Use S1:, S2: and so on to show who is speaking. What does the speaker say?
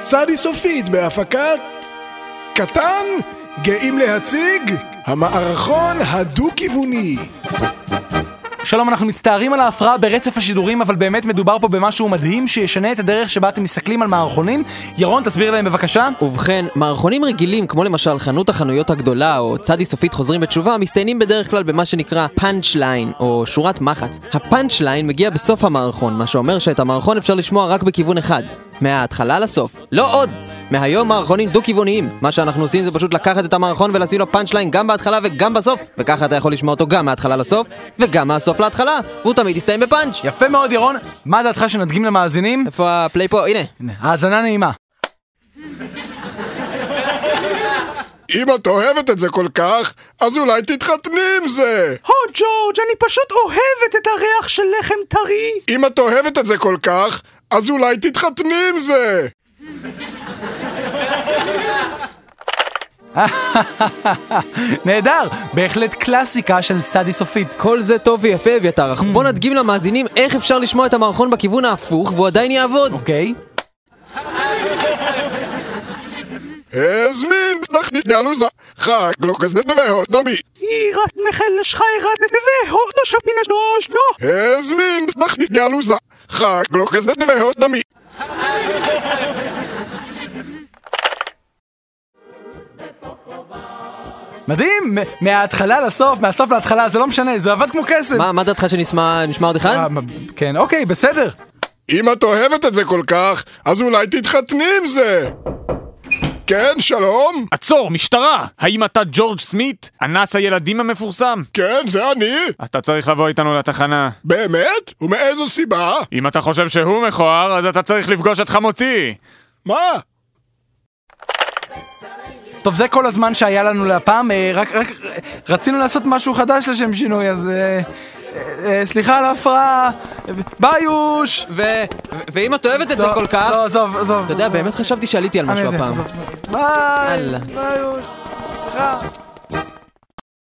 S1: צדי סופית בהפקת קטן, גאים להציג, המערכון הדו-כיווני.
S2: שלום, אנחנו מצטערים על ההפרעה ברצף השידורים, אבל באמת מדובר פה במשהו מדהים שישנה את הדרך שבה אתם מסתכלים על מערכונים. ירון, תסביר להם בבקשה.
S3: ובכן, מערכונים רגילים, כמו למשל חנות החנויות הגדולה או צדי סופית חוזרים בתשובה, מסתיימים בדרך כלל במה שנקרא פאנצ' ליין, או שורת מחץ. הפאנצ' ליין מגיע בסוף המערכון, מה שאומר שאת המערכון אפשר לשמוע רק בכיוון אחד. מההתחלה לסוף. לא עוד! מהיום מערכונים דו-כיווניים. מה שאנחנו עושים זה פשוט לקחת את המערכון ולשים לו פאנצ' ליין גם בהתחלה וגם בסוף, וככה אתה יכול לשמוע אותו גם מההתחלה לסוף, וגם מהסוף להתחלה, והוא תמיד יסתיים בפאנץ'.
S2: יפה מאוד, ירון. מה דעתך שנדגים למאזינים?
S3: איפה הפליי פה? הנה.
S2: הנה, האזנה נעימה.
S1: אם את אוהבת את זה כל כך, אז אולי תתחתני עם זה!
S4: הו ג'ורג', אני פשוט אוהבת את הריח של לחם טרי.
S1: אם את אוהבת את זה כל כך, אז אולי תתחתני עם זה!
S2: נהדר, בהחלט קלאסיקה של צדי סופית.
S3: כל זה טוב ויפה, אביתר, אך
S2: Hmm.
S3: בוא נדגים למאזינים איך אפשר לשמוע את המערכון בכיוון ההפוך והוא עדיין יעבוד.
S2: אוקיי.
S1: הזמין לך יאלוזה, חג לא כזה מאוד דומי.
S4: עירת מחלש חיירת והודו שפינה שלוש לא.
S1: הזמין לך יאלוזה, חג לא כזה מאוד דומי.
S2: מדהים, מ- מההתחלה לסוף, מהסוף להתחלה, זה לא משנה, זה עבד כמו קסם.
S3: מה, מה דעתך שנשמע נשמע עוד אחד?
S2: אה, מ- כן, אוקיי, בסדר.
S1: אם את אוהבת את זה כל כך, אז אולי תתחתני עם זה! כן, שלום?
S5: עצור, משטרה! האם אתה ג'ורג' סמית? אנס הילדים המפורסם?
S1: כן, זה אני?
S5: אתה צריך לבוא איתנו לתחנה.
S1: באמת? ומאיזו סיבה?
S5: אם אתה חושב שהוא מכוער, אז אתה צריך לפגוש את חמותי!
S1: מה?
S2: טוב, זה כל הזמן שהיה לנו להפעם, אה, רק, רק אה, רצינו לעשות משהו חדש לשם שינוי, אז... אה, אה, אה, סליחה על ההפרעה, אה, ביוש!
S3: ו... ו- ואם את אוהבת את זה
S2: לא,
S3: כל כך...
S2: לא, עזוב, עזוב.
S3: אתה יודע, באמת חשבתי שעליתי על משהו
S2: אני יודע,
S3: הפעם.
S2: עזוב. ביי,
S3: יאללה.
S2: ביי, יוש. סליחה.